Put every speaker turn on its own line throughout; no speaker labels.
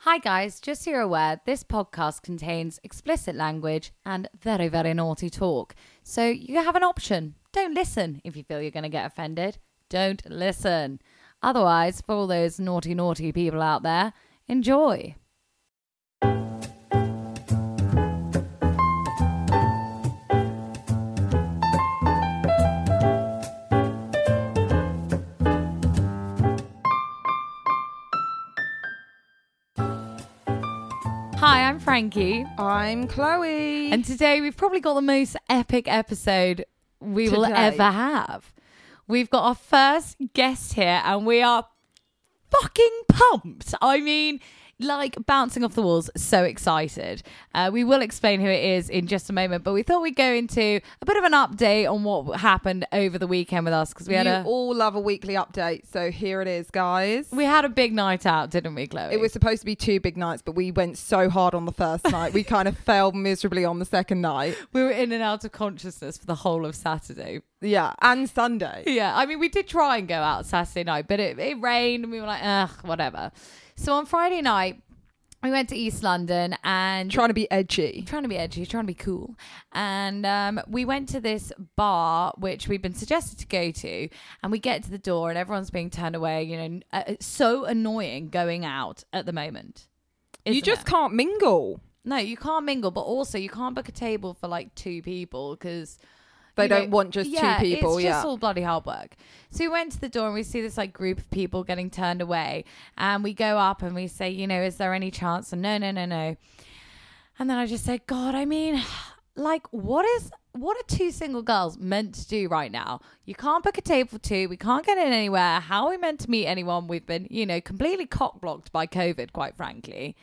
Hi, guys. Just so you're aware, this podcast contains explicit language and very, very naughty talk. So you have an option. Don't listen if you feel you're going to get offended. Don't listen. Otherwise, for all those naughty, naughty people out there, enjoy. Hi, I'm Frankie.
I'm Chloe.
And today we've probably got the most epic episode we will
Today.
ever have. We've got our first guest here and we are fucking pumped. I mean, like bouncing off the walls, so excited. Uh, we will explain who it is in just a moment, but we thought we'd go into a bit of an update on what happened over the weekend with us because we had
you
a
all love a weekly update, so here it is, guys.
we had a big night out, didn't we, Chloe?
it was supposed to be two big nights, but we went so hard on the first night. We kind of failed miserably on the second night.
we were in and out of consciousness for the whole of Saturday,
Yeah, and Sunday.
Yeah, I mean, we did try and go out Saturday night, but it, it rained and we were like, ugh, whatever. So on Friday night, we went to East London and
Trying to be edgy.
trying to be edgy, trying to be cool. And um, we went to this bar, which we've been suggested to go to. And we get to the door and everyone's being turned away. You know, uh, it's so annoying going out at the moment.
you
isn't
just
it?
can't mingle.
No, you can't mingle, but also you can't book a table for like two people because
They don't want just two people,
It's
yeah.
just all bloody hard work. So we went to the door and we see this like group of people getting turned away, and we go up and we say, you know, is there any chance? And no, no, no, no. And then I just said, God, I mean, like, what is what are two single girls meant to do right now? You can't book a table for two. We can't get in anywhere. How are we meant to meet anyone? We've been, you know, completely cock blocked by COVID, quite frankly.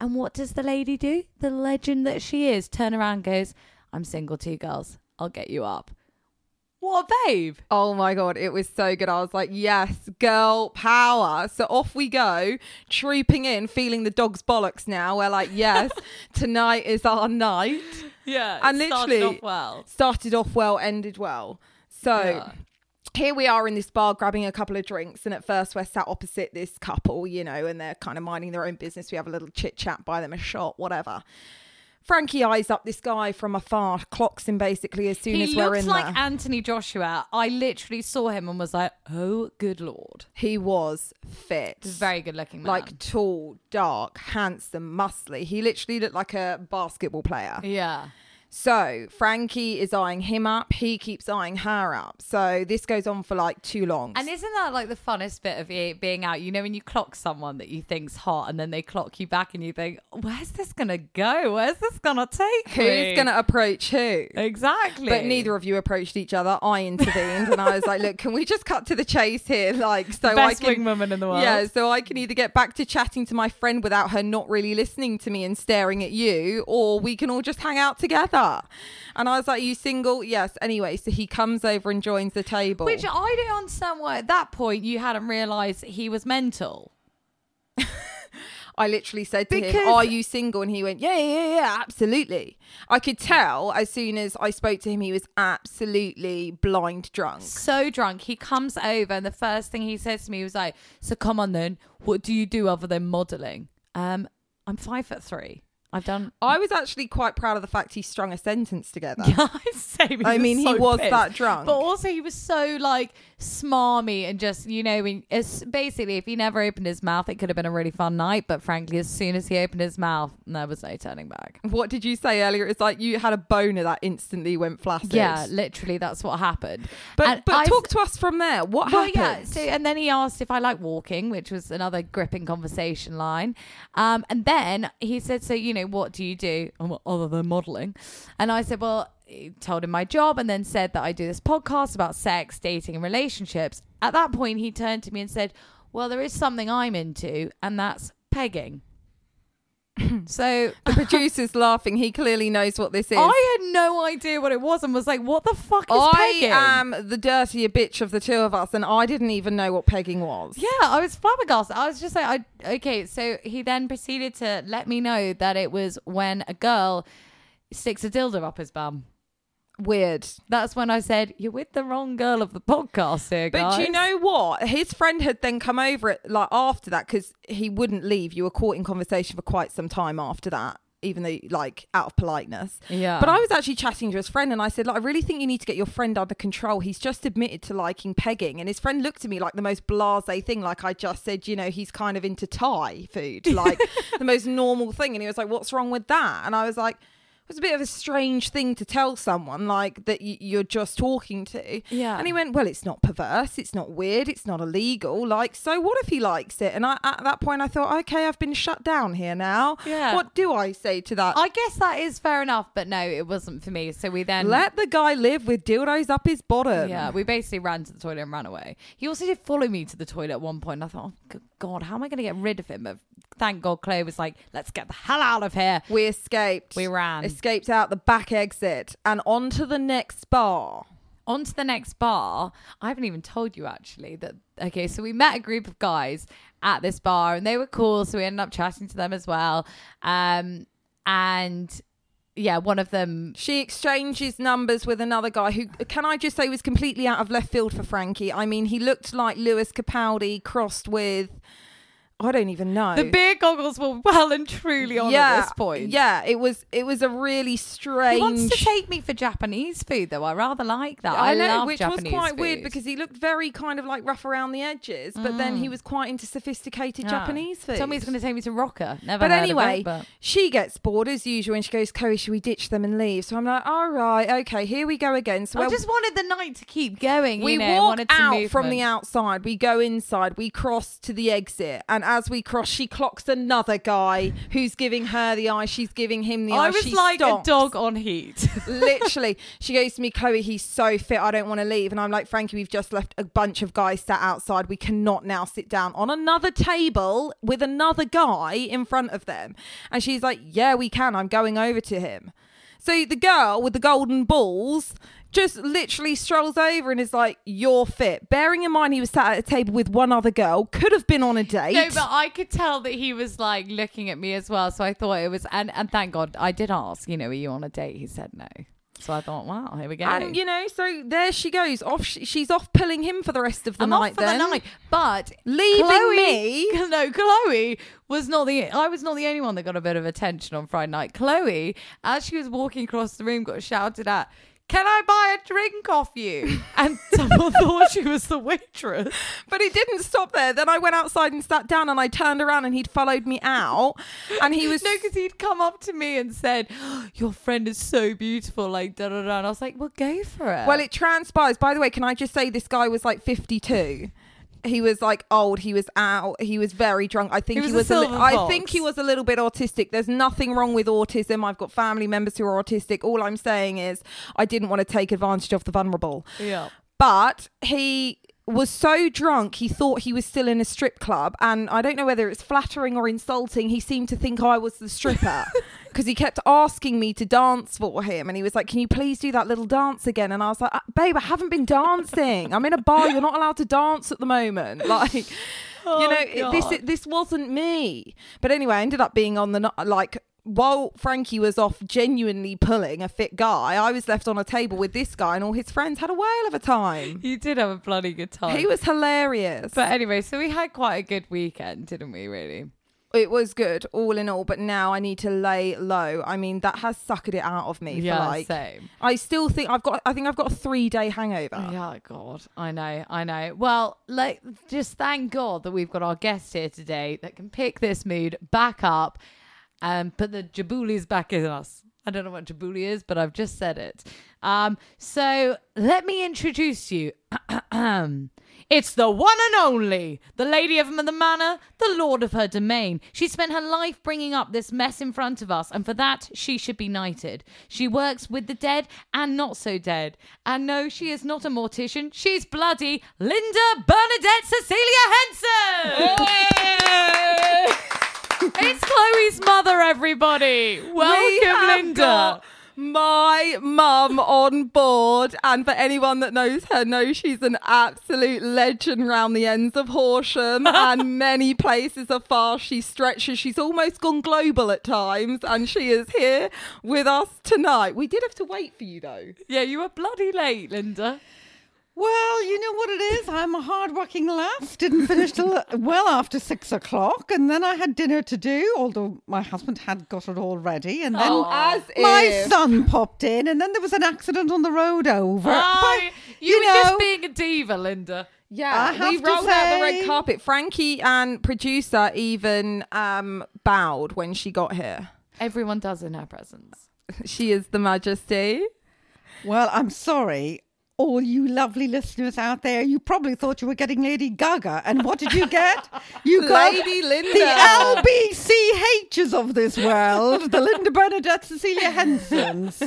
And what does the lady do? The legend that she is, turn around and goes, I'm single two girls. I'll get you up. What a babe.
Oh my god, it was so good. I was like, yes, girl power. So off we go, trooping in, feeling the dog's bollocks now. We're like, yes, tonight is our night.
Yeah.
And literally-
well.
Started off well, ended well. So
Yeah.
here we are in this bar grabbing a couple of drinks and at first we're sat opposite this couple you know and they're kind of minding their own business we have a little chit chat buy them a shot whatever frankie eyes up this guy from afar clocks him basically as soon
He
as we're
looks
in
like
there
Anthony Joshua. I literally saw him and was like, oh, good lord.
he was fit
Very good looking man.
like tall dark handsome muscly he literally looked like a basketball player
yeah.
so frankie is eyeing him up he keeps eyeing her up so this goes on for like too long
And isn't that like the funnest bit of it being out? You know, when you clock someone that you think's hot and then they clock you back and you think, where's this going to go? Where's this going to take me?
who's going to approach who
Exactly.
But neither of you approached each other. I intervened and I was like, look, can we just cut to the chase here? Like, so
Best
I can.
wingwoman in the world.
Yeah, so I can either get back to chatting to my friend without her not really listening to me and staring at you, or we can all just hang out together. And I was like, you single? Yes. Anyway, so he comes over and joins the table.
Which I don't understand why at that point you hadn't realised he was mental.
I literally said to him,
Because-
Are you single? And he went, Yeah, yeah, yeah, absolutely. I could tell as soon as I spoke to him, he was absolutely blind drunk.
So drunk. He comes over and the first thing he says to me was like, So come on then, what do you do other than modelling? Um, I'm five foot three. I've done
I was actually quite proud of the fact he strung a sentence together.
Yeah, I'd say he
I
was
mean, he
so
was
pissed.
that drunk.
But also, he was so like smarmy and just, you know, when, as, basically, if he never opened his mouth, it could have been a really fun night. But frankly, as soon as he opened his mouth, there was no turning back.
What did you say earlier? It's like you had a boner that instantly went flaccid.
Yeah, literally, that's what happened.
But
And
but
I've-
talk to us from there. What
Well,
happened?
yeah. So, and then he asked if I like walking, which was another gripping conversation line. Um, and then he said, "So, you know, what do you do um, other than modelling?" And I said, "Well," he told him my job, and then said that I do this podcast about sex, dating, and relationships. At that point, he turned to me and said, "Well, there is something I'm into, and that's pegging." so.
the producer's laughing. He clearly knows what this is.
I had no idea what it was and was like, what the fuck is
I
pegging?
am the dirtier bitch of the two of us, and I didn't even know what pegging was.
Yeah, I was flabbergasted. I was just like, I, okay. So he then proceeded to let me know that it was when a girl sticks a dildo up his bum.
Weird.
That's when I said, You're with the wrong girl of the podcast here,
But
guys.
do you know what? His friend had then come over it like after that because he wouldn't leave. You were caught in conversation for quite some time after that, even though like out of politeness.
Yeah.
But I was actually chatting to his friend and I said, like, I really think you need to get your friend under control. He's just admitted to liking pegging. And his friend looked at me like the most blase thing. Like I just said, you know, he's kind of into Thai food, like the most normal thing. And he was like, what's wrong with that? And I was like, it's a bit of a strange thing to tell someone like that y- you're just talking to.
Yeah.
And he went, well, it's not perverse. It's not weird. It's not illegal. Like, so what if he likes it? And I, at that point, I thought, okay, I've been shut down here now.
Yeah.
What do I say to that?
I guess that is fair enough, but no, it wasn't for me. So we then
Let the guy live with dildos up his bottom.
Yeah, we basically ran to the toilet and ran away. He also did follow me to the toilet at one point. and I thought, oh, good God, how am I going to get rid of him? But thank God Claire was like, let's get the hell out of here.
We escaped.
We ran.
Escaped out the back exit and onto the next bar.
On to the next bar. I haven't even told you actually that. Okay, so we met a group of guys at this bar and they were cool. So we ended up chatting to them as well. Um, and yeah, one of them,
She exchanges numbers with another guy who, can I just say, was completely out of left field for Frankie. I mean, he looked like Lewis Capaldi crossed with, I don't even know.
the beer goggles were well and truly on
yeah,
at this point.
Yeah, it was it was a really strange.
He wants to take me for Japanese food, though. I rather like that. I,
I know,
love
which
Japanese
was quite weird
food.
because he looked very kind of like rough around the edges, but then he was quite into sophisticated
Mm. Yeah.
Japanese food.
Tell me it's going to take me to Rocker. Never.
But
heard of
anyway,
it, but-
she gets bored as usual and she goes, Chloe, should we ditch them and leave? So I'm like, all right, okay, here we go again. So
I
we're-
Oh, just wanted the night to keep going.
we
you know,
walk
wanted some
out from the
movement.
outside, we go inside, we cross to the exit. And as we cross, she clocks another guy who's giving her the eye, she's giving him the eye.
I was
she
like
stops.
a dog on heat.
Literally, she goes to me, Chloe, he's so fit. I don't want to leave. And I'm like, Frankie, we've just left a bunch of guys sat outside. We cannot now sit down on another table with another guy in front of them. And she's like, Yeah, we can. I'm going over to him. So the girl with the golden balls just literally strolls over and is like, You're fit. Bearing in mind he was sat at a table with one other girl, could have been on a date. Um,
no, but I could tell that he was like looking at me as well. So I thought it was, and and thank God I did ask. You know, are you on a date? He said no. So I thought, wow, here we go.
and you know, so there she goes. Off, she, she's off pulling him for the rest of the
I'm off
night.
for
then
the night, but
Leaving
Chloe,
me?
No, Chloe was not the. I was not the only one that got a bit of attention on Friday night. Chloe, as she was walking across the room, got shouted at. Can I buy a drink off you? And someone thought she was the waitress.
But it didn't stop there. Then I went outside and sat down and I turned around and he'd followed me out. And he was
No, because he'd come up to me and said, "Oh, "Your friend is so beautiful." Like da da da. And I was like, "Well, go for it."
Well, it transpires. By the way, can I just say this guy was like 52. He was like old. He was out. He was very drunk. I think
He
he was.
was a
a li-
silver
I
fox.
think he was a little bit autistic. There's nothing wrong with autism. I've got family members who are autistic. All I'm saying is, I didn't want to take advantage of the vulnerable.
yeah.
but he was so drunk he thought he was still in a strip club and i don't know whether it's flattering or insulting he seemed to think i was the stripper because he kept asking me to dance for him and he was like can you please do that little dance again and i was like "Uh, babe i haven't been dancing i'm in a bar you're not allowed to dance at the moment like you know it- this
Oh, God.
this wasn't me but anyway i ended up being on the no- like while Frankie was off genuinely pulling a fit guy, I was left on a table with this guy, and all his friends had a whale of a time.
You did have a bloody good time.
He was hilarious.
but anyway, so we had quite a good weekend, didn't we? Really.
it was good, all in all. But now I need to lay low. I mean, that has suckered it out of me for like.
same.
I still think I've got. I think I've got a three-day hangover.
Yeah, God, I know, I know. Well, like, just thank God that we've got our guest here today that can pick this mood back up and put the jabulis back in us. I don't know what jabuli is, but I've just said it. Um, so let me introduce you. It's the one and only, the lady of the manor, the lord of her domain. She spent her life bringing up this mess in front of us, and for that, she should be knighted. She works with the dead and not so dead. And no, she is not a mortician. She's bloody Linda Bernadette Cecilia Henson. it's Chloe's mother, everybody. Welcome,
We have
Linda.
got my mum on board. And for anyone that knows her, knows she's an absolute legend round the ends of Horsham and many places afar. She stretches. She's almost gone global at times, and she is here with us tonight. We did have to wait for you though.
Yeah, you were bloody late, Linda.
Well, you know what it is. I'm a hard-working lass. Didn't finish till uh, well after six o'clock, and then I had dinner to do. Although my husband had got it all ready, and then
Oh,
As
my
if.
son popped in, and then there was an accident on the road over.
Oh,
But,
you, were
know-
just being a diva, Linda.
Yeah,
I have
we
to
rolled out the red
say-
carpet. Frankie and producer even um, bowed when she got here.
Everyone does in her presence.
She is the Majesty.
Well, I'm sorry. All you lovely listeners out there, you probably thought you were getting Lady Gaga, and what did you get? You got
Lady Linda.
the LBCHs of this world, the Linda Bernadette Cecilia Hensons.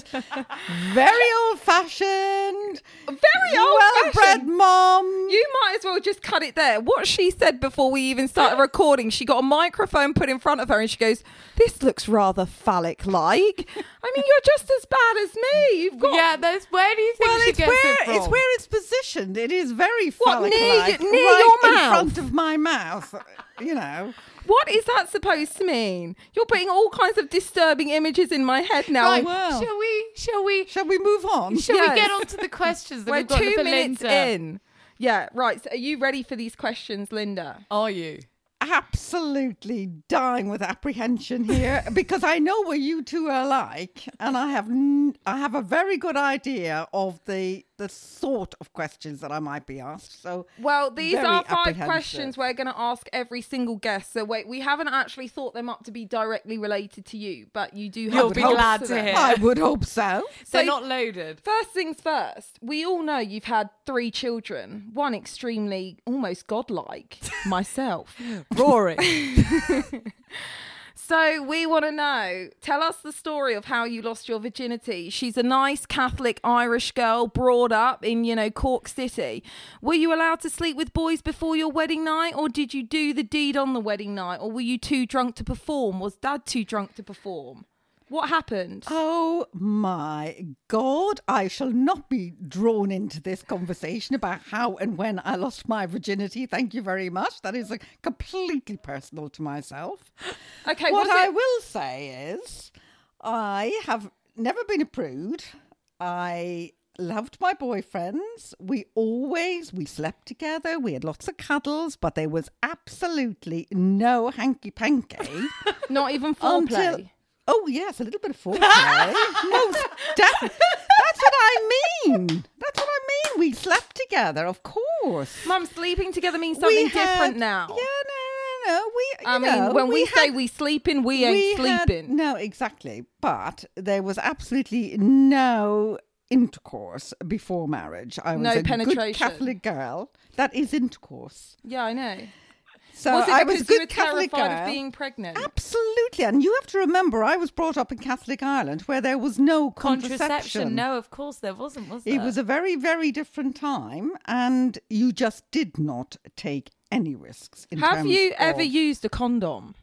Very old fashioned,
Very old
well bred
fashioned.
mom.
You might as well just cut it there. What she said before we even started recording, she got a microphone put in front of her and she goes, This looks rather phallic like. I mean, you're just as bad as me. You've got
Yeah, that's where do you think
well,
she
it's
gets
where,
it from?
it's where it's positioned. It is very
What,
phallic
near-
like,
near
right
your
in
mouth?
front of my mouth. You know.
what is that supposed to mean? You're putting all kinds of disturbing images in my head now.
Right. Well.
Shall we? Shall we?
Shall we move on?
Shall we
Yes.
get on to the questions that
We're
we've got
two
for
minutes
Linda?
in. Yeah, right. So are you ready for these questions, Linda?
Are you?
absolutely dying with apprehension here because I know what you two are like, and I have n- I have a very good idea of the the sort of questions that I might be asked. So
Well, these
very
are five
apprehensive.
questions we're going to ask every single guest. So wait, we haven't actually thought them up to be directly related to you, but you do have
You'll be
hopes
glad
for
to
them.
hear.
I would hope so.
They're
So-
not loaded.
First things first, we all know you've had three children, one extremely almost godlike, myself.
Rory.
So we want to know tell us the story of how you lost your virginity. She's a nice Catholic Irish girl brought up in, you know, Cork City. Were you allowed to sleep with boys before your wedding night, or did you do the deed on the wedding night, or were you too drunk to perform? Was dad too drunk to perform? What happened?
Oh my God, I shall not be drawn into this conversation about how and when I lost my virginity. Thank you very much. That is uh, completely personal to myself.
Okay,
what
was
I
it-
will say is I have never been a prude. I loved my boyfriends. We always we slept together. We had lots of cuddles, but there was absolutely no hanky panky.
Not even foreplay.
until oh yes, a little bit of foreplay. Most def- that's what I mean. That's what I mean. We slept together, of course.
Mum, sleeping together means something
We had-
different now.
Yeah, no, no, no. We, you
I mean,
know,
when we,
had-
say we sleeping, we ain't
we had-
sleeping.
no, exactly. But there was absolutely no intercourse before marriage. I was
No
a good
penetration.
Catholic girl. That is intercourse.
yeah, I know.
So
was it
Uh, I was
because
a good
you were
Catholic
terrified
girl.
of being pregnant?
Absolutely, and you have to remember, I was brought up in Catholic Ireland, where there was no contraception.
Contraception. No, of course there wasn't, was there?
It was a very, very different time, and you just did not take any risks. In
Have
terms
you ever
of-
used a condom?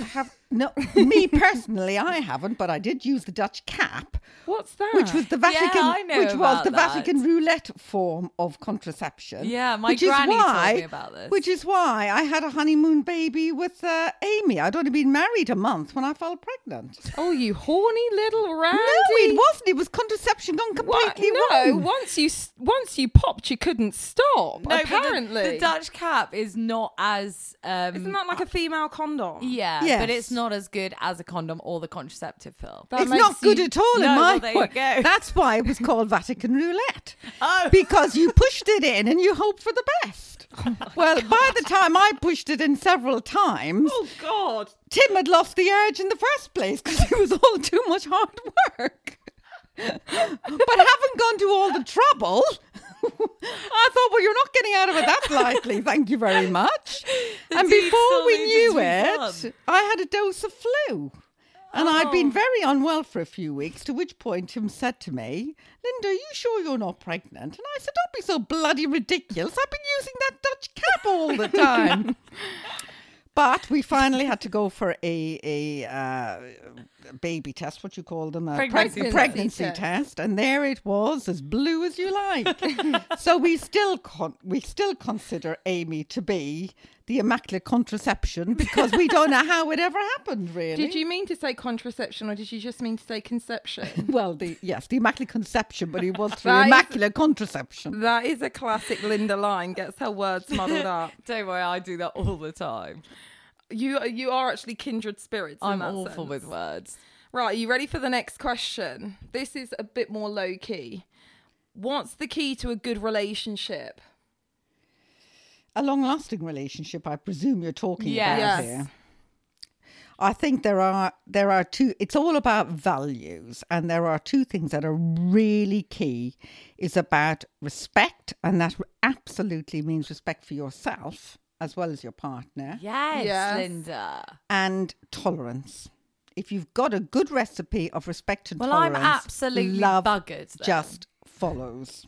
have no? me personally, I haven't, but I did use the Dutch cap,
What's that?
which was the Vatican,
I know
which was
about
the
that.
Vatican roulette form of contraception.
Yeah, my
which
granny
is
told
why,
me about this.
Which is why I had a honeymoon baby with uh, Amy. I'd only been married a month when I fell pregnant.
oh, you horny little randy.
No, it wasn't. It was contraception gone
What?
completely
No,
wrong.
once you s- once you popped, you couldn't
No,
stop.
but the-
apparently,
the, Dutch cap is not as um
isn't that like a female condom?
yeah,
Yes.
but it's not as good as a condom or the contraceptive pill.
That
it's
makes
not good
you-
at all in
No,
my
well, there you
book.
go.
That's why it was called Vatican roulette.
Oh.
Because you pushed it in and you hope for the best.
Oh
well, by the time I pushed it in several times,
Oh God!
Tim had lost the urge in the first place because it was all too much hard work. but having gone to all the trouble, I thought, well, you're not getting out of it that lightly. Thank you very much. and
deed
before
still
we
needed
knew
to be
it,
done.
I had a dose of flu. And I'd been very unwell for a few weeks, to which point Tim said to me, Linda, are you sure you're not pregnant? And I said, Don't be so bloody ridiculous. I've been using that Dutch cap all the time. But we finally had to go for a a uh, baby test, what you call them, a
Pregnancy
pregnancy,
test.
pregnancy test, and there it was, as blue as you like. so we still con- we still consider Amy to be the immaculate contraception because we don't know how it ever happened, really.
Did you mean to say contraception or did you just mean to say conception?
Well, the yes, the immaculate conception, but it was through
That is-
immaculate contraception.
that is a classic Linda line, gets her words muddled up.
Don't worry, I do that all the time.
You you are actually kindred spirits. in
I'm
that
awful
sense.
with words.
Right, are you ready for the next question? This is a bit more low key. What's the key to a good relationship?
A long-lasting relationship, I presume you're talking
Yes.
about here. I think there are there are two. It's all about values, and there are two things that are really key. Is about respect, and that absolutely means respect for yourself as well as your partner.
Yes,
Yes.
Linda.
and tolerance. If you've got a good recipe of respect and
Well, I'm
tolerance,
absolutely
love
buggered then.
just follows.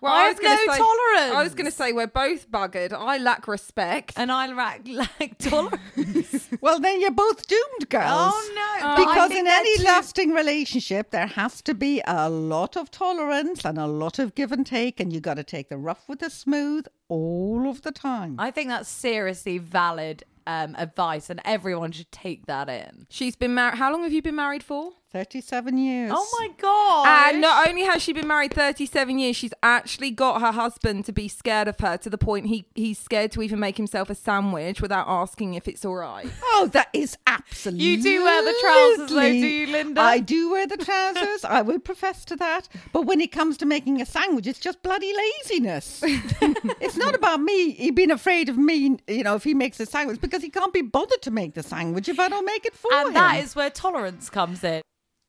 Well,
I have no
gonna say- I was
tolerance.
going to say we're both buggered. I lack respect.
And I lack, lack tolerance.
Well, then you're both doomed, girls.
oh no! but I
Because
think
in
they're
any
too-
lasting relationship, there has to be a lot of tolerance and a lot of give and take, and you got to take the rough with the smooth all of the time.
I think that's seriously valid um, advice, and everyone should take that in.
She's been married. How long have you been married for?
37 years.
Oh my god!
And not only has she been married 37 years, she's actually got her husband to be scared of her to the point he he's scared to even make himself a sandwich without asking if it's all right.
Oh, that is absolutely.
do wear the trousers though, do you, Linda?
I do wear the trousers. I will profess to that. But when it comes to making a sandwich, it's just bloody laziness. it's not about me he being afraid of me, you know, if he makes a sandwich, because he can't be bothered to make the sandwich if I don't make it for
and
him.
that is where tolerance comes in.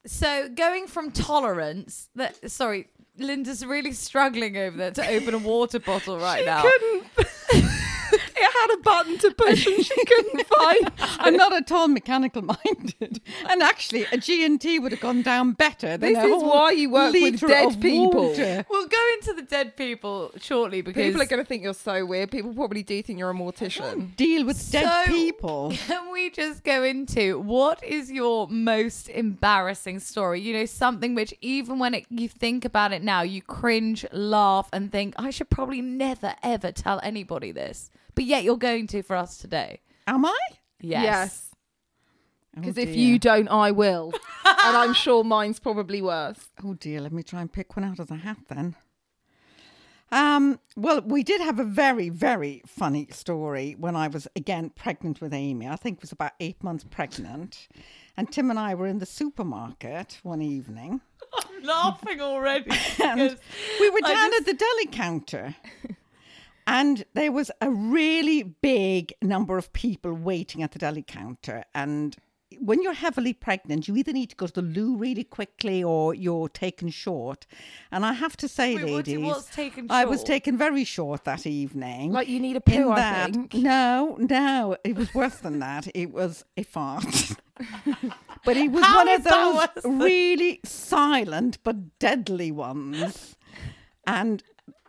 So going from tolerance, that sorry, Linda's really struggling over there to open a water bottle right now.
couldn't. it had a button to push and she couldn't find.
I'm not at all mechanical minded. And actually, a G&T would have gone down better than
This
a
is
whole
why you work with
litre
dead
of
people.
water.
We'll go into the dead people shortly because
People are going to think you're so weird. People probably do think you're a mortician.
Deal with dead
So-
people.
Can we just go into what is your most embarrassing story? You know, something which even when it, you think about it now, you cringe, laugh, and think, I should probably never, ever tell anybody this. But yet you're going to for us today.
Am I?
Yes.
Because
Oh,
if
dear.
you don't, I will. and I'm sure mine's probably worse.
Oh dear, let me try and pick one out of the hat then. Um, well, we did have a very, very funny story when I was again pregnant with Amy. I think it was about eight months pregnant. And Tim and I were in the supermarket one evening.
I'm laughing already.
And
because
we were
I
down at the deli counter. And there was a really big number of people waiting at the deli counter. And when you're heavily pregnant, you either need to go to the loo really quickly or you're taken short. And I have to say,
Wait, what do-
ladies,
what's taken
I was
short?
taken very short that evening.
Like you need a
in
poo, I
that-
think.
No, no, it was worse than that. It was a fart. But it was
How
one
is
of
that
those
worse than-
really silent but deadly ones. And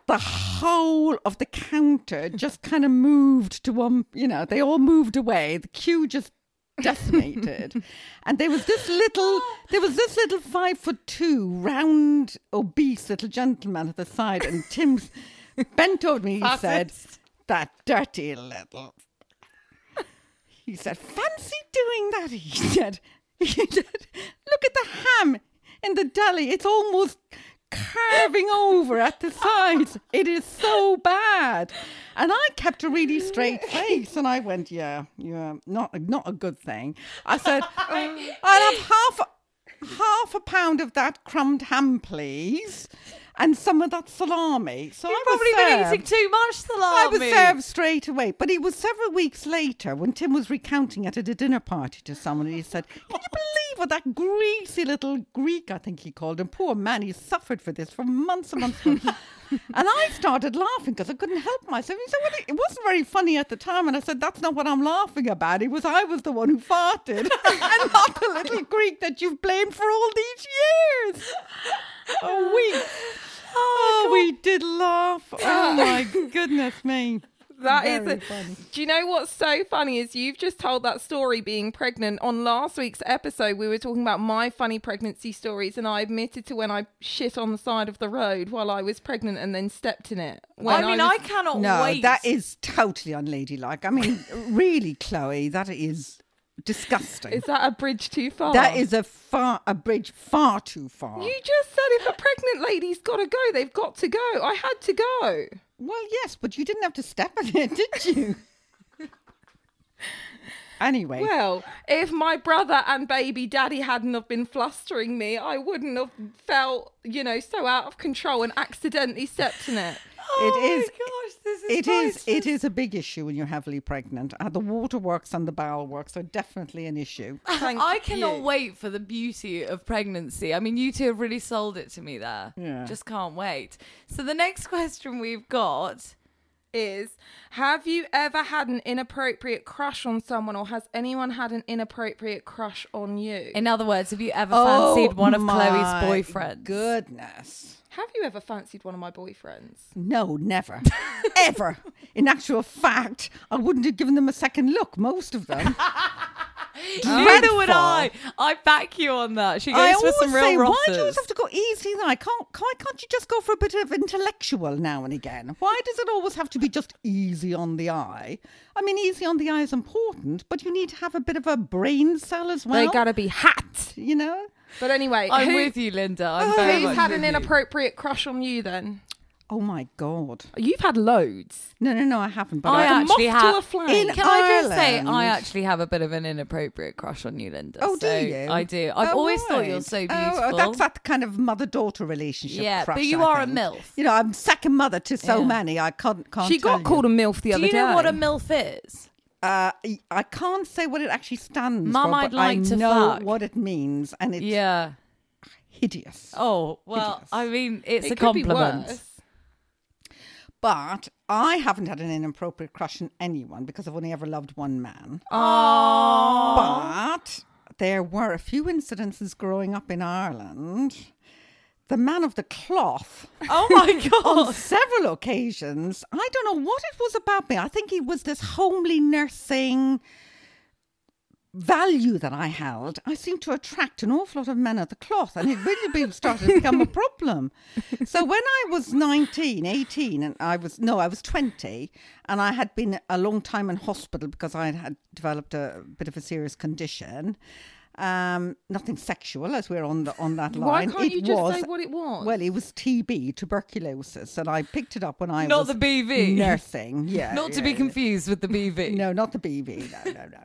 the whole of the counter just kind of moved to one, you know, they all moved away. The queue just decimated. and there was this little, there was this little five foot two round, obese little gentleman at the side. And Tim bent over me, he said, That dirty little he said, Fancy doing that, he said. He said, Look at the ham in the deli. It's almost curving over at the sides. It is so bad. And I kept a really straight face and I went, Yeah, yeah, not, not a good thing. I said, I'll have half, half a pound of that crumbed ham, please, and some of that salami. So I
You've
was
probably been
served.
eating too much
I
salami.
was served straight away. But it was several weeks later when Tim was recounting it at a dinner party to someone, and he said, Can you believe what that greasy little Greek, I think he called him, poor man, he suffered for this for months and months. and months." and I started laughing because I couldn't help myself. He said, well, It wasn't very funny at the time. And I said, That's not what I'm laughing about. It was I was the one who farted and not the little Greek that you've blamed for all these years. A week. Oh, we did laugh. Oh my goodness me.
That is.
Very
a-
funny.
Do you know what's so funny is you've just told that story being pregnant on last week's episode. We were talking about my funny pregnancy stories, and I admitted to when I shit on the side of the road while I was pregnant and then stepped in it. When
I mean,
was-
I cannot
No,
wait.
that is totally unladylike. I mean, really, Chloe, that is disgusting.
is that a bridge too far?
that is a far a bridge far too far.
You just said if a pregnant lady's got to go, they've got to go. I had to go.
Well, yes, but you didn't have to step on it, did you? anyway,
Well, if my brother and baby daddy hadn't have been flustering me, I wouldn't have felt, you know, so out of control and accidentally stepped in it.
it is.
Oh gosh, this is
It is it is a big issue when you're heavily pregnant. Uh, the waterworks and the bowel works are definitely an issue.
Thank
I cannot
you.
wait for the beauty of pregnancy. I mean, you two have really sold it to me there.
Yeah.
Just can't wait. So the next question we've got.
Is have you ever had an inappropriate crush on someone, or has anyone had an inappropriate crush on you?
In other words, have you ever
Oh,
fancied one of
my
Chloe's boyfriends?
Goodness.
have you ever fancied one of my boyfriends?
No, never. Ever. In actual fact, I wouldn't have given them a second look, most of them.
Neither would
Dreadful.
I. I back you on that. She goes
I
for
always
some real
say, why do you
rotters.
always have to go easy? Then I can't. Why can't you just go for a bit of intellectual now and again? Why does it always have to be just easy on the eye? I mean, easy on the eye is important, but you need to have a bit of a brain cell as well.
they gotta be hat.
you know.
But anyway,
I'm
who-
with you, Linda. I'm very
who's
much
had
with
an
you.
inappropriate crush on you? Then
Oh my god!
you've had loads.
No, no, no, I haven't. But
I
I,
am-
actually
moth to a
have.
flame.
Can
In
I just say
Ireland.
I actually have a bit of an inappropriate crush on you, Linda?
oh, do
So,
you?
I do. I've
Oh,
always thought you were
right.
so
Oh,
beautiful.
Oh, that's that kind of mother-daughter relationship.
Yeah, but
crush,
you
I
are a
think.
MILF.
You know, I'm second mother to so
Yeah.
many. I can't. can't
she
tell
got
you.
called a milf the
do
other
you
day.
know what a MILF is?
Uh, I- I can't say what it actually stands
Mum,
for, but
I'd like
I
to
know
fuck.
what it means, and it's
Yeah.
hideous.
Oh well,
Hideous.
I mean, it's
It
a
could be
compliment.
worse.
But I haven't had an inappropriate crush on anyone because I've only ever loved one man. But there were a few incidences growing up in Ireland. The man of the cloth.
Oh my
on
god!
several occasions. I don't know what it was about me. I think it was this homely nursing value that I held. I seemed to attract an awful lot of men of the cloth, and it really be- started to become a problem. So when I was 19, 18, and I was, no, I was 20, and I had been a long time in hospital because I had developed a bit of a serious condition. Um, nothing sexual as we're on the on that
Why
line.
can't
it
you just
was
say what it was?
well, it was TB, tuberculosis, and I picked it up when I
Not
was
the BV.
nursing. Yeah,
Not to
yeah,
be
yeah.
confused with the BV.
No, not the BV. No, no, no.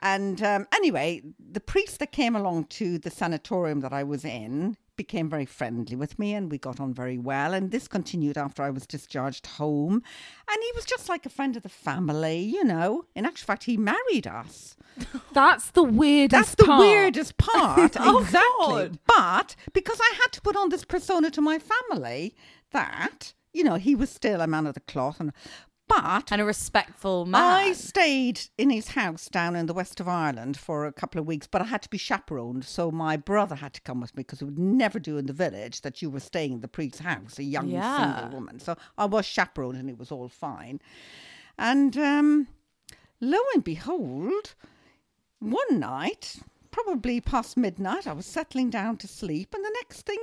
And um, anyway, the priest that came along to the sanatorium that I was in became very friendly with me and we got on very well and this continued after I was discharged home and he was just like a friend of the family you know in actual fact he married us
That's the weirdest.
that's the
part.
weirdest part. exactly.
God.
But because I had to put on this persona to my family that, you know, he was still a man of the cloth and but
And a respectful man.
I stayed in his house down in the west of Ireland for a couple of weeks, but I had to be chaperoned, so my brother had to come with me because it would never do in the village that you were staying in the priest's house, a young
Yeah.
single woman. So I was chaperoned, and it was all fine. And um, lo and behold, one night, probably past midnight, I was settling down to sleep, and the next thing,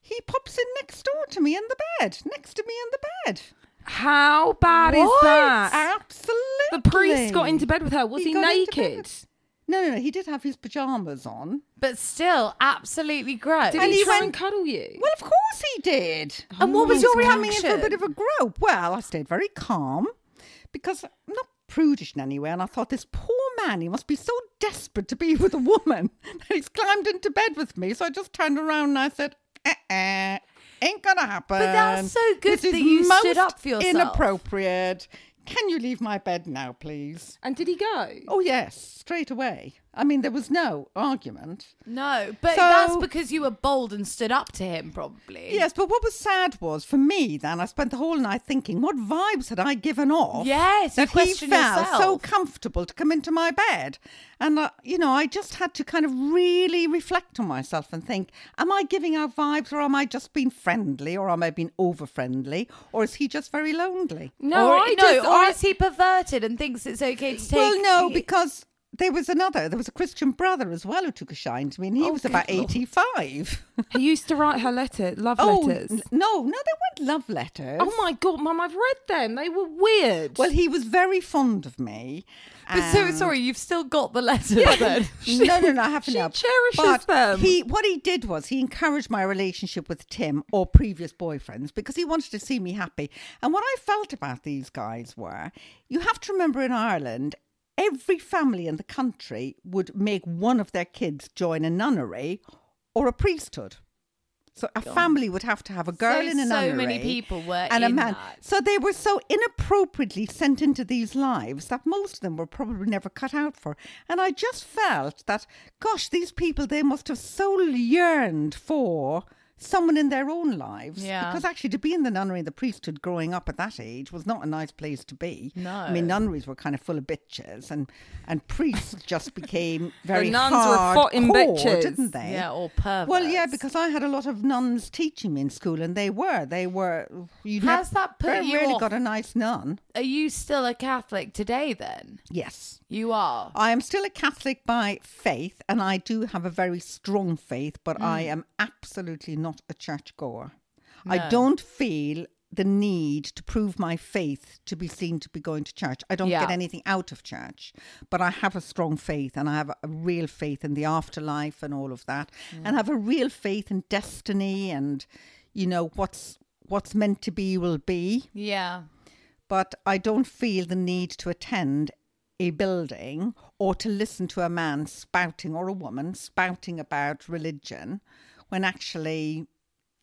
he pops in next door to me in the bed, next to me in the bed.
How bad is that?
Absolutely.
The priest got into bed with her. Was
He
he,
got into
naked?
No, no, no. He did have his pajamas on.
but still, absolutely gross.
Did
And
he,
he
try
went-
and cuddle you?
Well, of course he did.
And what was your
coming in for a
reaction?
bit of a grope? Well, I stayed very calm because I'm not prudish in any way, and I thought this poor man, he must be so desperate to be with a woman that he's climbed into bed with me. So I just turned around and I said, "Uh-uh, ain't gonna happen."
that's so good
This is
that you stood
most
up for yourself.
Inappropriate. Can you leave my bed now, please?
And did he go?
Oh yes, straight away. I mean, there was no argument.
No, but
So-
that's because you were bold and stood up to him, probably.
Yes, but what was sad was for me then I spent the whole night thinking, what vibes had I given off?
Yes, you
that he
question
felt
yourself.
so comfortable to come into my bed, and uh, you know I just had to kind of really reflect on myself and think, am I giving out vibes, or am I just being friendly, or am I being over friendly, or is he just very lonely?
No,
or,
I
no,
just-
or
I-
is he perverted and thinks it's okay to take?
well, no, because. There was another. There was a Christian brother as well who took a shine to me, and he was about eighty-five.
He used to write her letter, love letters.
Oh, n- no, no, they weren't love letters.
Oh my god, Mum, I've read them. They were weird.
Well, he was very fond of me.
But so
and-
sorry, you've still got the letter. Then.
no, no, no, I haven't.
she
now.
cherishes
but
them.
He, what he did was he encouraged my relationship with Tim or previous boyfriends because he wanted to see me happy. And what I felt about these guys were, you have to remember in Ireland, every family in the country would make one of their kids join a nunnery or a priesthood. So a family would have to have a girl
So-
in a
so
nunnery
many people were
and a
in
man.
that.
So they were so inappropriately sent into these lives that most of them were probably never cut out for. And I just felt that, gosh, these people, they must have so yearned for someone in their own lives.
Yeah.
Because actually, to be in the nunnery and the priesthood growing up at that age was not a nice place to be.
No.
I mean, nunneries were kind of full of bitches, and, and priests just became very
nuns were
hardcore,
fucking bitches.
didn't they?
Yeah, or perverts.
Well, yeah, because I had a lot of nuns teaching me in school, and they were, they were. You
Has that put you
really
off?
got a nice nun?
are you still a Catholic today? Then
Yes,
you are.
I am still a Catholic by faith, and I do have a very strong faith, but I am absolutely not a churchgoer. I don't feel the need to prove my faith to be seen to be going to church. I don't
Yeah.
get anything out of church, but I have a strong faith and I have a real faith in the afterlife and all of that, and I have a real faith in destiny and, you know, what's what's meant to be will be
Yeah.
but I don't feel the need to attend a building or to listen to a man spouting or a woman spouting about religion when actually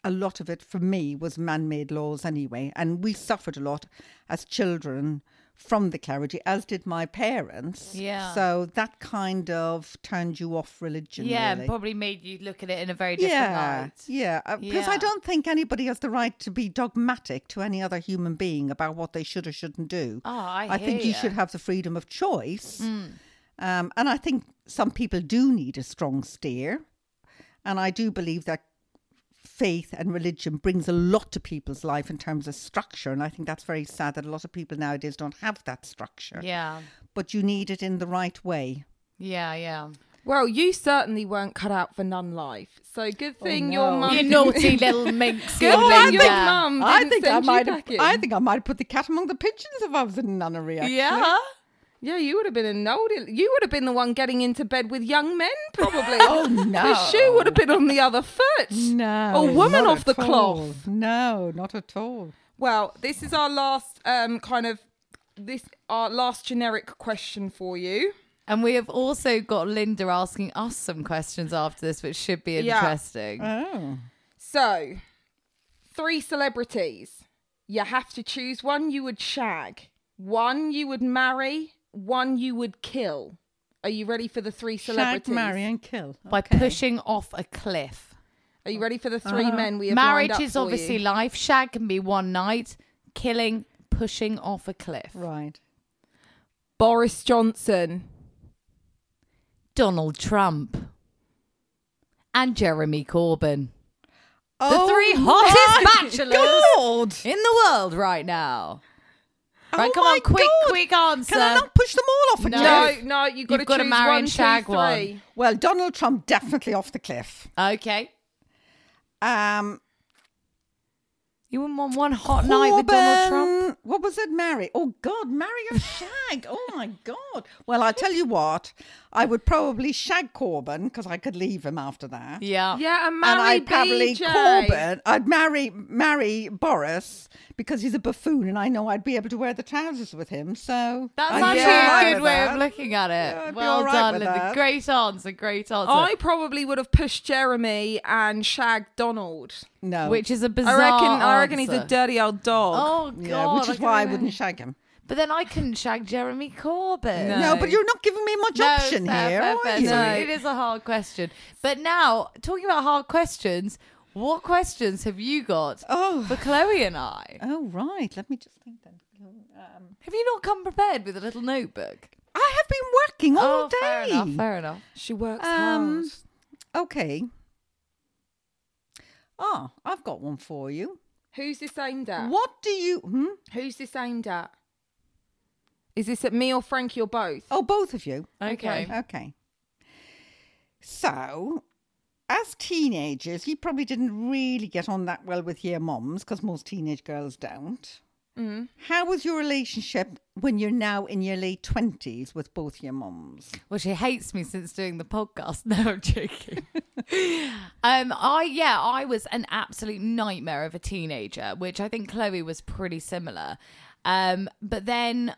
a lot of it for me was man made laws anyway. And we suffered a lot as children from the clergy, as did my parents.
Yeah.
So that kind of turned you off religion.
Yeah, and
really.
probably made you look at it in a very different light.
Yeah, uh, because
Yeah.
I don't think anybody has the right to be dogmatic to any other human being about what they should or shouldn't do.
Oh, I
think
hear
you should
ya. Mm.
have the freedom of choice. Um, and I think some people do need a strong steer. And I do believe that faith and religion brings a lot to people's life in terms of structure. And I think that's very sad that a lot of people nowadays don't have that structure.
Yeah.
But you need it in the right way.
Yeah, yeah.
Well, you certainly weren't cut out for nun life. So good thing your
no.
mum.
You naughty little minx.
Good
you
thing
been
your
there.
mum.
I
didn't
think I
send you
might. Have,
back in.
I think I might have put the cat among the pigeons if I was in a nunnery. Actually.
Yeah.
Yeah, you would have been a naughty. You would have been the one getting into bed with young men, probably. oh
no.
The shoe would have been on the other foot.
No.
a woman
not
off
at
the
all.
cloth.
No, not at all.
Well, this is our last um kind of this our last generic question for you.
And we have also got Linda asking us some questions after this, which should be
Yeah.
interesting.
Oh.
So, three celebrities. You have to choose one you would shag, one you would marry, one you would kill. Are you ready for the three
Shag,
celebrities?
marry, and kill.
By
Okay.
pushing off a cliff.
Are you ready for the 3 men we have lined
Uh-huh. Marriage
up
is
for you?
obviously life. Shag can be one night. Killing, pushing off a cliff.
Right.
Boris Johnson.
Donald Trump. And Jeremy Corbyn.
Oh
the three
my
hottest bachelors
God.
in the world right now. Right,
Oh
come
my
on, quick,
God.
quick answer.
Can I not push them all off a
No.
No,
cliff?
no, you've got
You've
to
gotta
choose
marry
one,
and
two,
shag
three.
one.
Well, Donald Trump definitely off the cliff.
Okay.
Um,
You wouldn't want one hot night with Donald Trump?
Corbyn- What was it, Mary? Oh God, marry or shag? Oh my God. Well, I tell you what, I would probably shag Corbyn because I could leave him after that.
Yeah.
Yeah, and marry
And I'd probably
BJ.
Corbyn. I'd marry marry Boris because he's a buffoon, and I know I'd be able to wear the trousers with him. So
That's
I'd be
actually
all right
a good
with
way
that.
of looking at it.
I'd be
well
all right
done,
with
Linda.
that.
Great answer. Great answer.
I probably would have pushed Jeremy and shagged Donald.
No,
which is a bizarre.
I reckon. I reckon he's
answer.
a dirty old dog.
Oh god.
yeah, which
I
is
can
why I
remember.
wouldn't shag him.
But then I couldn't shag Jeremy Corbyn.
No, but you're not giving me much option
fair,
here,
fair,
are
fair.
you?
Sorry, it is a hard question. But now, talking about hard questions, what questions have you got
Oh.
for Chloe and I?
Oh right, let me just think then. Um,
Have you not come prepared with a little notebook?
I have been working all
oh,
day.
fair enough. Fair enough.
She works
Um,
hard.
Okay. Ah, I've got one for you.
Who's this aimed at?
What do you? Hmm?
Who's this aimed at? Is this at me or Frankie or both?
Oh, both of you.
Okay.
Okay. So, as teenagers, you probably didn't really get on that well with your moms because most teenage girls don't.
Mm.
How was your relationship when you're now in your late twenties with both your moms?
Well, she hates me since doing the podcast. No, I'm joking. um, I yeah, I was an absolute nightmare of a teenager, which I think Chloe was pretty similar. Um, but then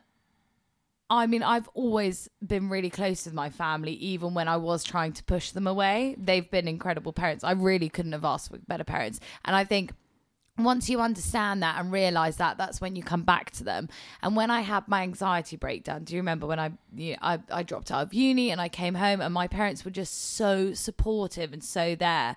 I mean, I've always been really close with my family, even when I was trying to push them away. They've been incredible parents. I really couldn't have asked for better parents. And I think once you understand that and realize that, that's when you come back to them. And when I had my anxiety breakdown, do you remember when I, you know, I, I dropped out of uni and I came home and my parents were just so supportive and so there.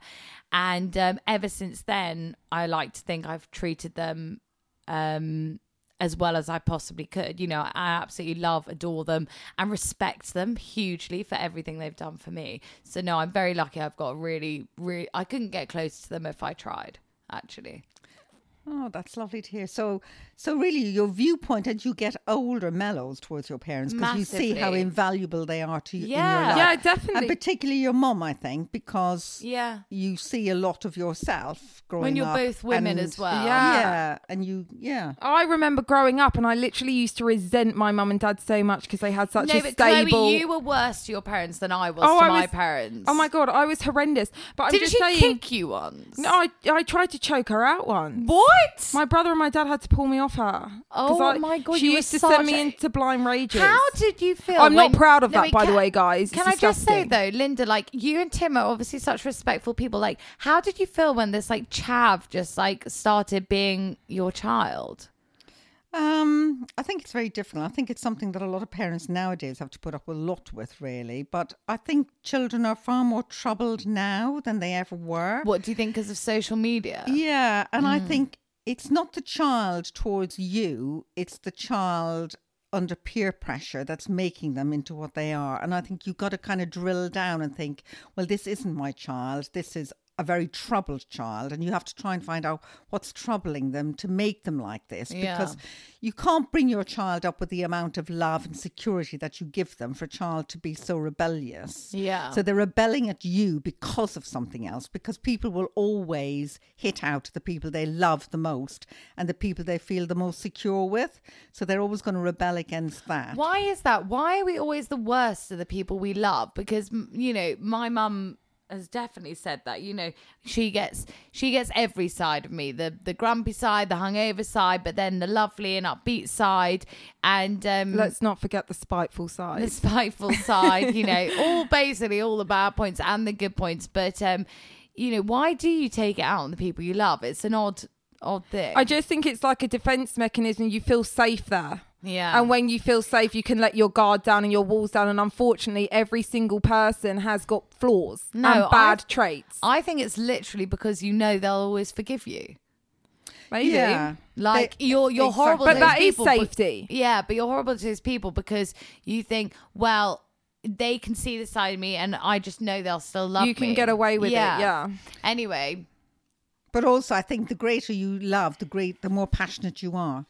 And um, ever since then, I like to think I've treated them um as well as I possibly could. You know, I absolutely love, adore them, and respect them hugely for everything they've done for me. So no, I'm very lucky. I've got a really, really. I couldn't get close to them if I tried. Actually,
Oh, that's lovely to hear. So, so really, your viewpoint as you get older mellows towards your parents because you see how
Massively.
invaluable they are to you. in
Yeah.
your life.
Yeah,
and
definitely.
particularly your mom, I think, because
yeah,
you see a lot of yourself growing
when you're
up
both women
and-
as well.
Yeah.
Yeah, and you, yeah.
I remember growing up, and I literally used to resent my mum and dad so much because they had such
no,
a
but
stable.
Chloe, you were worse to your parents than I was
Oh,
to
I
my
was-
parents.
Oh my god, I was horrendous. But I'm
Did
just
she
saying.
kick you once?
No, I I tried to choke her out once.
What?
My brother and my dad had to pull me off her. 'Cause
Oh
I-
my God,
She
you were
used to
such
send me
a-
into blind rages.
How did you feel?
I'm
when-
not proud of
No,
that,
it
by the
can-
way, guys. It's
Can I just say
disgusting.
though, Linda, like you and Tim are obviously such respectful people. Like, how did you feel when this like chav just like started being your child?
Um, I think it's very difficult. I think it's something that a lot of parents nowadays have to put up a lot with, really. But I think children are far more troubled now than they ever were.
What do you think? Because of social media?
Yeah, and
Mm.
I think it's not the child towards you, it's the child under peer pressure that's making them into what they are. And I think you've got to kind of drill down and think, well, this isn't my child. This is a very troubled child. And you have to try and find out what's troubling them to make them like this. Because
Yeah.
you can't bring your child up with the amount of love and security that you give them for a child to be so rebellious.
Yeah.
So they're rebelling at you because of something else, because people will always hit out the people they love the most and the people they feel the most secure with. So they're always going to rebel against that.
Why is that? Why are we always the worst of the people we love? Because m- you know, my mum has definitely said that. You know, she gets she gets every side of me the the grumpy side, the hungover side, but then the lovely and upbeat side, and um,
Let's not forget the spiteful side.
the spiteful side, you know, all basically all the bad points and the good points. But um, you know, why do you take it out on the people you love? It's an odd odd thing.
I just think it's like a defense mechanism. You feel safe there.
yeah.
And when you feel safe, you can let your guard down and your walls down. And unfortunately, every single person has got flaws
No,
and bad
I've-
traits.
Oh,
I think it's literally because you know they'll always forgive you.
Maybe.
Like
They-
you're you're
exactly.
horrible,
But
to
that
those
is
people, but-
safety.
yeah, but you're horrible to those people because you think, well, they can see the side of me, and I just know they'll still love me.
You can get away with it, yeah.
Anyway,
But also, I think the greater you love, the great, the more passionate you are.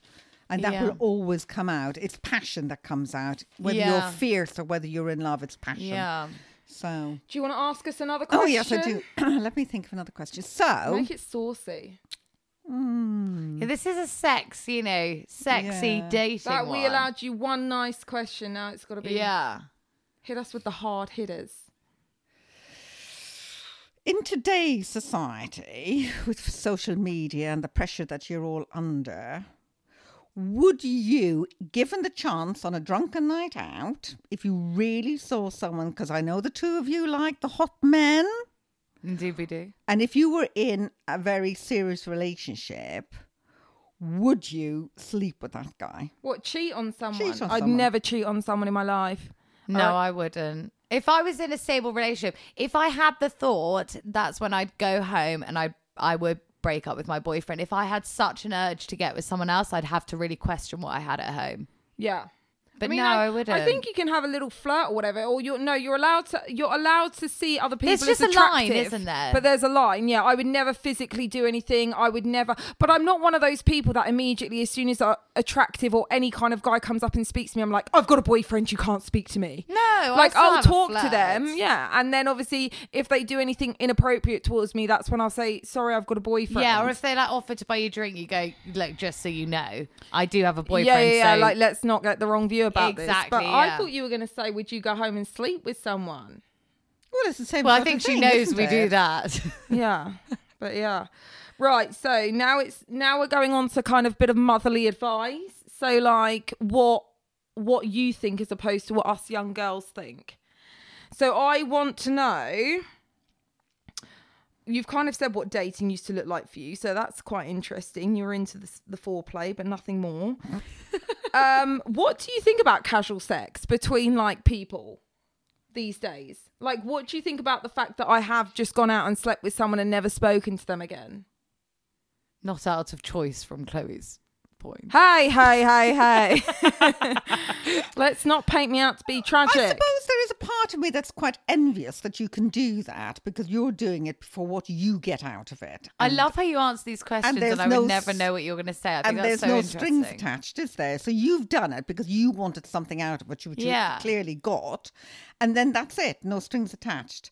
And that
Yeah.
will always come out. It's passion that comes out, whether
Yeah.
you're fierce or whether you're in love. It's passion.
yeah.
So,
Do you want to ask us another
oh
question?
yes, I do. Oh. Let me think of another question. So,
Make it saucy.
Yeah, This is a sex, you know, sexy
Yeah.
dating.
That we
one.
allowed you one nice question. Now it's got to be
Yeah.
hit us with the hard hitters.
in today's society with social media and the pressure that you're all under would you given the chance on a drunken night out if you really saw someone because i know the two of you like the hot men
Indeed we do.
and if you were in a very serious relationship would you sleep with that guy?
What cheat on someone?
Cheat on
I'd
someone.
never cheat on someone in my life.
No, I wouldn't. If I was in a stable relationship, if I had the thought, that's when I'd go home and I I would break up with my boyfriend. If I had such an urge to get with someone else, I'd have to really question what I had at home.
Yeah.
But no, I, wouldn't.
I think you can have a little flirt or whatever, or you're no, you're allowed to you're allowed to see other people.
There's
as
just a line,
attractive,
isn't there?
But there's a line. Yeah, I would never physically do anything. I would never. But I'm not one of those people that immediately, as soon as a attractive or any kind of guy comes up and speaks to me, I'm like, I've got a boyfriend. You can't speak to me.
No, I
like
still
I'll
have a
talk to
flirt.
them. Yeah, and then obviously if they do anything inappropriate towards me, that's when I'll say, sorry, I've got a boyfriend.
yeah, or if they like offer to buy you a drink, you go look. Just so you know, I do have a boyfriend.
yeah, yeah, yeah.
so
like let's not get the wrong view about this. But
Exactly,
I
yeah.
thought you were going to say, would you go home and sleep with someone?
Well, it's the same.
well, I
sort of
think she
thing,
knows
isn't
we do
it?
that.
yeah but yeah right so now it's now we're going on to kind of bit of motherly advice so like what what you think as opposed to what us young girls think so i want to know you've kind of said what dating used to look like for you so that's quite interesting you're into the, the foreplay but nothing more um what do you think about casual sex between like people these days? Like, what do you think about the fact that I have just gone out and slept with someone and never spoken to them again?
Not out of choice from Chloe's point.
Hey, hey, hey, hey. Let's not paint me out to be tragic.
I suppose there is a part of me that's quite envious that you can do that because you're doing it for what you get out of it.
I
And-
love how you answer these questions, and,
there's
I
no
would never
s-
know what you're going to say. I think
and
that's
there's
so
no
interesting.
strings attached, is there? So you've done it because you wanted something out of it, which you
Yeah.
clearly got, and then that's it, no strings attached.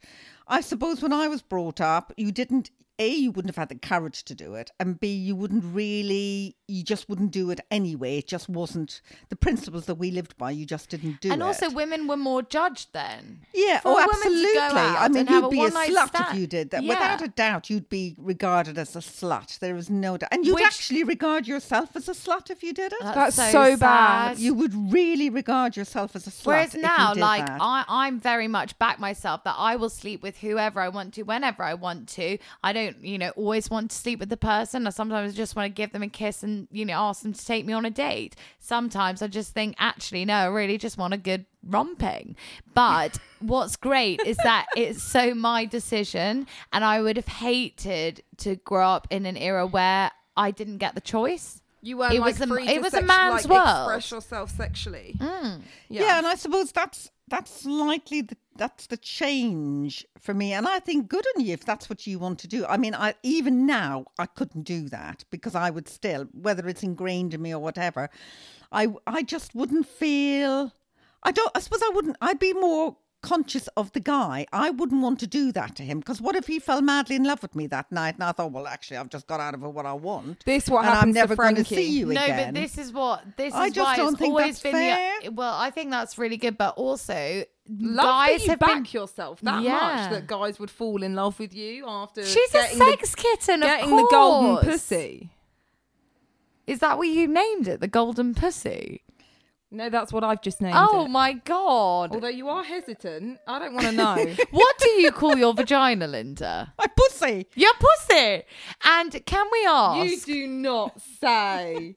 I suppose when I was brought up, you didn't. A, you wouldn't have had the courage to do it, and B, you wouldn't really, you just wouldn't do it anyway. It just wasn't the principles that we lived by. You just didn't do it.
and also, women were more judged then.
Yeah,
For
oh,
a woman
absolutely.
to go
I
out
mean,
and have
you'd
a
be a
one-night
slut if
stand.
you did that.
Yeah.
Without a doubt, you'd be regarded as a slut. There is no doubt. And you'd
Which-
actually regard yourself as a slut if you did it.
That's so bad.
you would really regard yourself as a slut.
Whereas
if you
now,
did
like
that.
I, I'm very much back myself that I will sleep with whoever I want to, whenever I want to. I don't, you know, always want to sleep with the person. I sometimes just want to give them a kiss and, you know, ask them to take me on a date. Sometimes I just think, actually, no, I really just want a good romping. But what's great is that it's so my decision, and I would have hated to grow up in an era where I didn't get the choice.
you weren't
It
like
was a-
free
it
to
was a
sexu-
man's
like,
world. Mm.
Express yourself sexually.
yeah. and I suppose that's that's slightly the, that's the change for me. And I think good on you if that's what you want to do. I mean, I even now I couldn't do that because I would still, whether it's ingrained in me or whatever, I I just wouldn't feel. I don't. I suppose I wouldn't. I'd be more conscious of the guy. I wouldn't want to do that to him because what if he fell madly in love with me that night and I thought, well, actually, I've just got out of it what I want.
This what
and I'm
happens to
never going to
Frankie.
see you
no,
again.
but this is what this
I
is
just
why
don't
it's
think
always
that's
been
fair.
the well. I think that's really good, but also
Love
um, guys
that you
have
back
been.
yourself that
Yeah.
much that guys would fall in love with you after
She's a
getting the-
sex kitten. of
getting the golden
course.
pussy.
Is that what you named it? The golden pussy.
No, that's what I've just named
oh
it.
my god!
Although you are hesitant, I don't want to know.
what do you call your vagina, Linda?
My pussy.
Your pussy. And can we ask?
you do not say.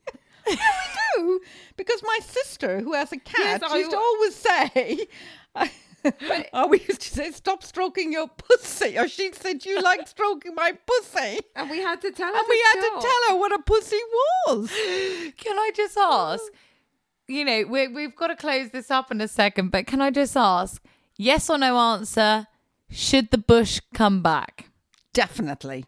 do because my sister, who has a
Yes,
cat,
I
used to
wa-
always say. I we used to say, "Stop stroking your pussy," or she said, "You like stroking my pussy,"
And we had to tell her.
and we had to tell her what a pussy was.
Can I just ask? You know, we we've got to close this up in a second, but can I just ask? Yes or no answer. Should the bush come back?
Definitely,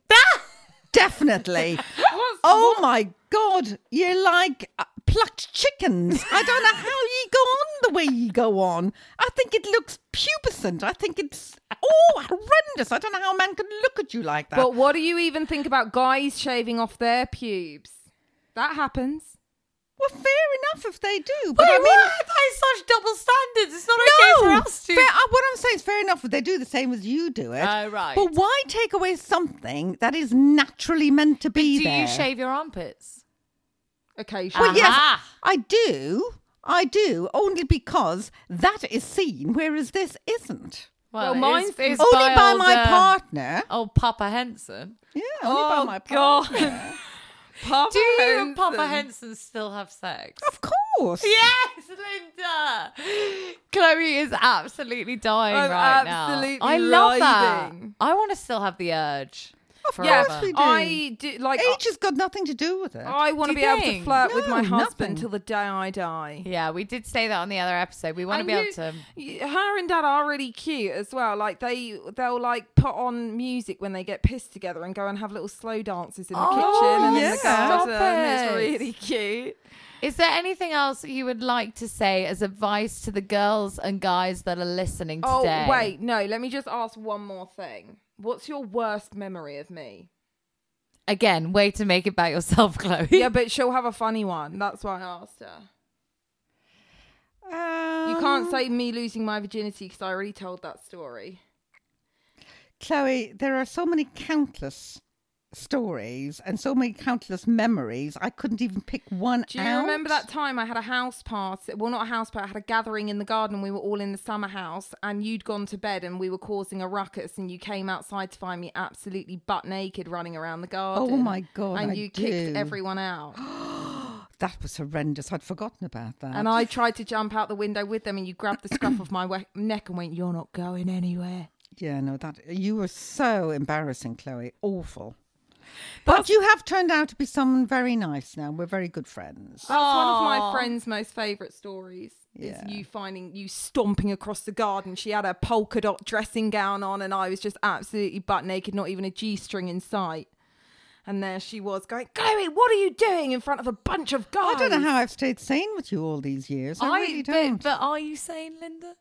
definitely.
What's,
Oh my god, you're like uh, plucked chickens. I don't know how you go on the way you go on. I think it looks pubescent. I think it's oh horrendous. I don't know how a man can look at you like that.
But what do you even think about guys shaving off their pubes? That happens.
Well, fair enough if they do, but I mean,
That is such double standards. It's not
no. Fair- uh, what I'm saying is fair enough if they do the same as you do it.
Oh, right.
But why take away something that is naturally meant to be
Do
there?
you shave your armpits?
Occasionally.
Well, yes,
Aha.
I do. I do only because that is seen, whereas this isn't.
Well,
it
mine's
is- it's
only by
old,
my
uh,
partner.
Old Papa Henson.
Oh, Yeah, only by my partner.
Papa
Do you and Papa
Henson.
Henson still have sex?
Of course.
Yes, Linda. Chloe is absolutely dying
I'm
right
absolutely
now. I love
writhing.
that. I want to still have the urge. Of
course we do.
I do like.
Age has got nothing to do with it.
I want to
Do
be
you
able to
think?
flirt with
No,
my husband
nothing.
till the day I die.
Yeah, we did say that on the other episode. We want to
And
be
you-
able to.
you- Her and Dad are really cute as well. Like they, they'll like put on music when they get pissed together and go and have little slow dances in the
Oh,
kitchen and in the
yeah.
stop
garden.
it.
It's really cute.
Is there anything else that you would like to say as advice to the girls and guys that are listening
Oh
today?
wait, no. Let me just ask one more thing. What's your worst memory of me?
Again, way to make it about yourself, Chloe.
yeah, but she'll have a funny one. That's why I asked her. You can't
Um,
say me losing my virginity because I already told that story.
Chloe, there are so many countless stories and so many countless memories. I couldn't even pick one
Do you
out.
remember that time I had a house party? Well, not a house party. I had a gathering in the garden. We were all in the summer house, and you'd gone to bed, and we were causing a ruckus, and you came outside to find me absolutely butt naked running around the garden.
Oh my God,
And
I
you kicked
do.
everyone out,
That was horrendous. I'd forgotten about that.
and I tried to jump out the window with them, and you grabbed the scruff of my we- neck and went, "You're not going anywhere."
yeah, no, that you were so embarrassing, Chloe. Awful. But you have turned out to be someone very nice now. We're very good friends.
That's one of my friend's most favourite stories.
Yeah.
Is you finding you stomping across the garden. She had a polka dot dressing gown on, and I was just absolutely butt naked, not even a g string in sight. And there she was going, Chloe, what are you doing in front of a bunch of guys?
I don't know how I've stayed sane with you all these years. I, really
but-
don't.
But, are you saying, Linda?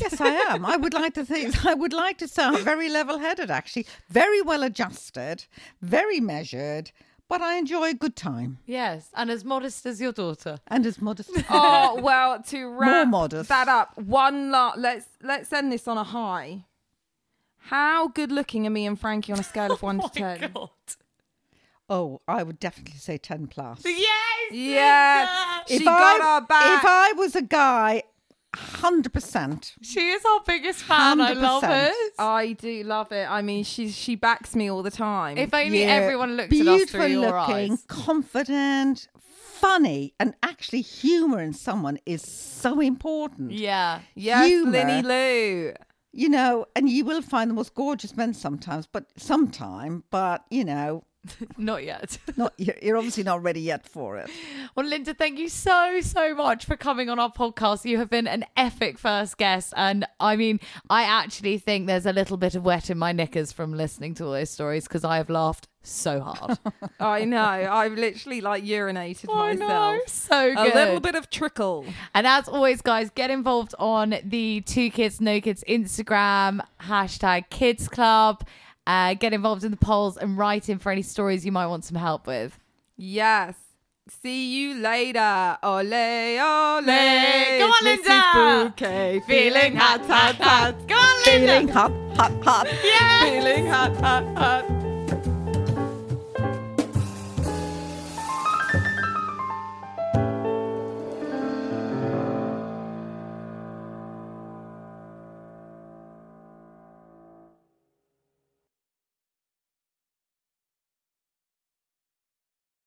yes, I am. I would like to think. I would like to say I'm very level-headed, actually, very well-adjusted, very measured. But I enjoy a good time
Yes, and as modest as your daughter.
and as modest.
Oh well, to wrap
modest.
that up, one lot. Let's let's end this on a high. How good looking are me and Frankie on a scale of one to ten?
Oh God.
Oh, I would definitely say ten plus.
Yes.
Yeah,
Linda!
she got
I,
our back.
If I was a guy, hundred percent.
She is our biggest fan. I love
100%.
it.
I do love it. I mean, she she backs me all the time.
If only everyone looked at us
beautiful
through your
looking,
eyes.
confident, funny, and actually humour in someone is so important.
Yeah.
yes,
humour.
Linny Lou.
You know, and you will find the most gorgeous men sometimes, but sometime, but you know,
Not yet.
not you're you're obviously not ready yet for it.
Well, Linda, thank you so, so much for coming on our podcast. You have been an epic first guest. And I mean, I actually think there's a little bit of wet in my knickers from listening to all those stories because I have laughed so hard.
I know. I've literally like urinated
I
myself.
know. So
A
good.
little bit of trickle.
And as always, guys, get involved on the Two Kids No Kids Instagram hashtag Kids Club. Uh, get involved in the polls and write in for any stories you might want some help with.
Yes. See you later. Ole, ole.
Go on,
It's
Linda.
Mrs. Bouquet. Feeling hot, hot, hot.
Go on, Linda.
Feeling hot, hot, hot.
Feeling hot, hot, hot.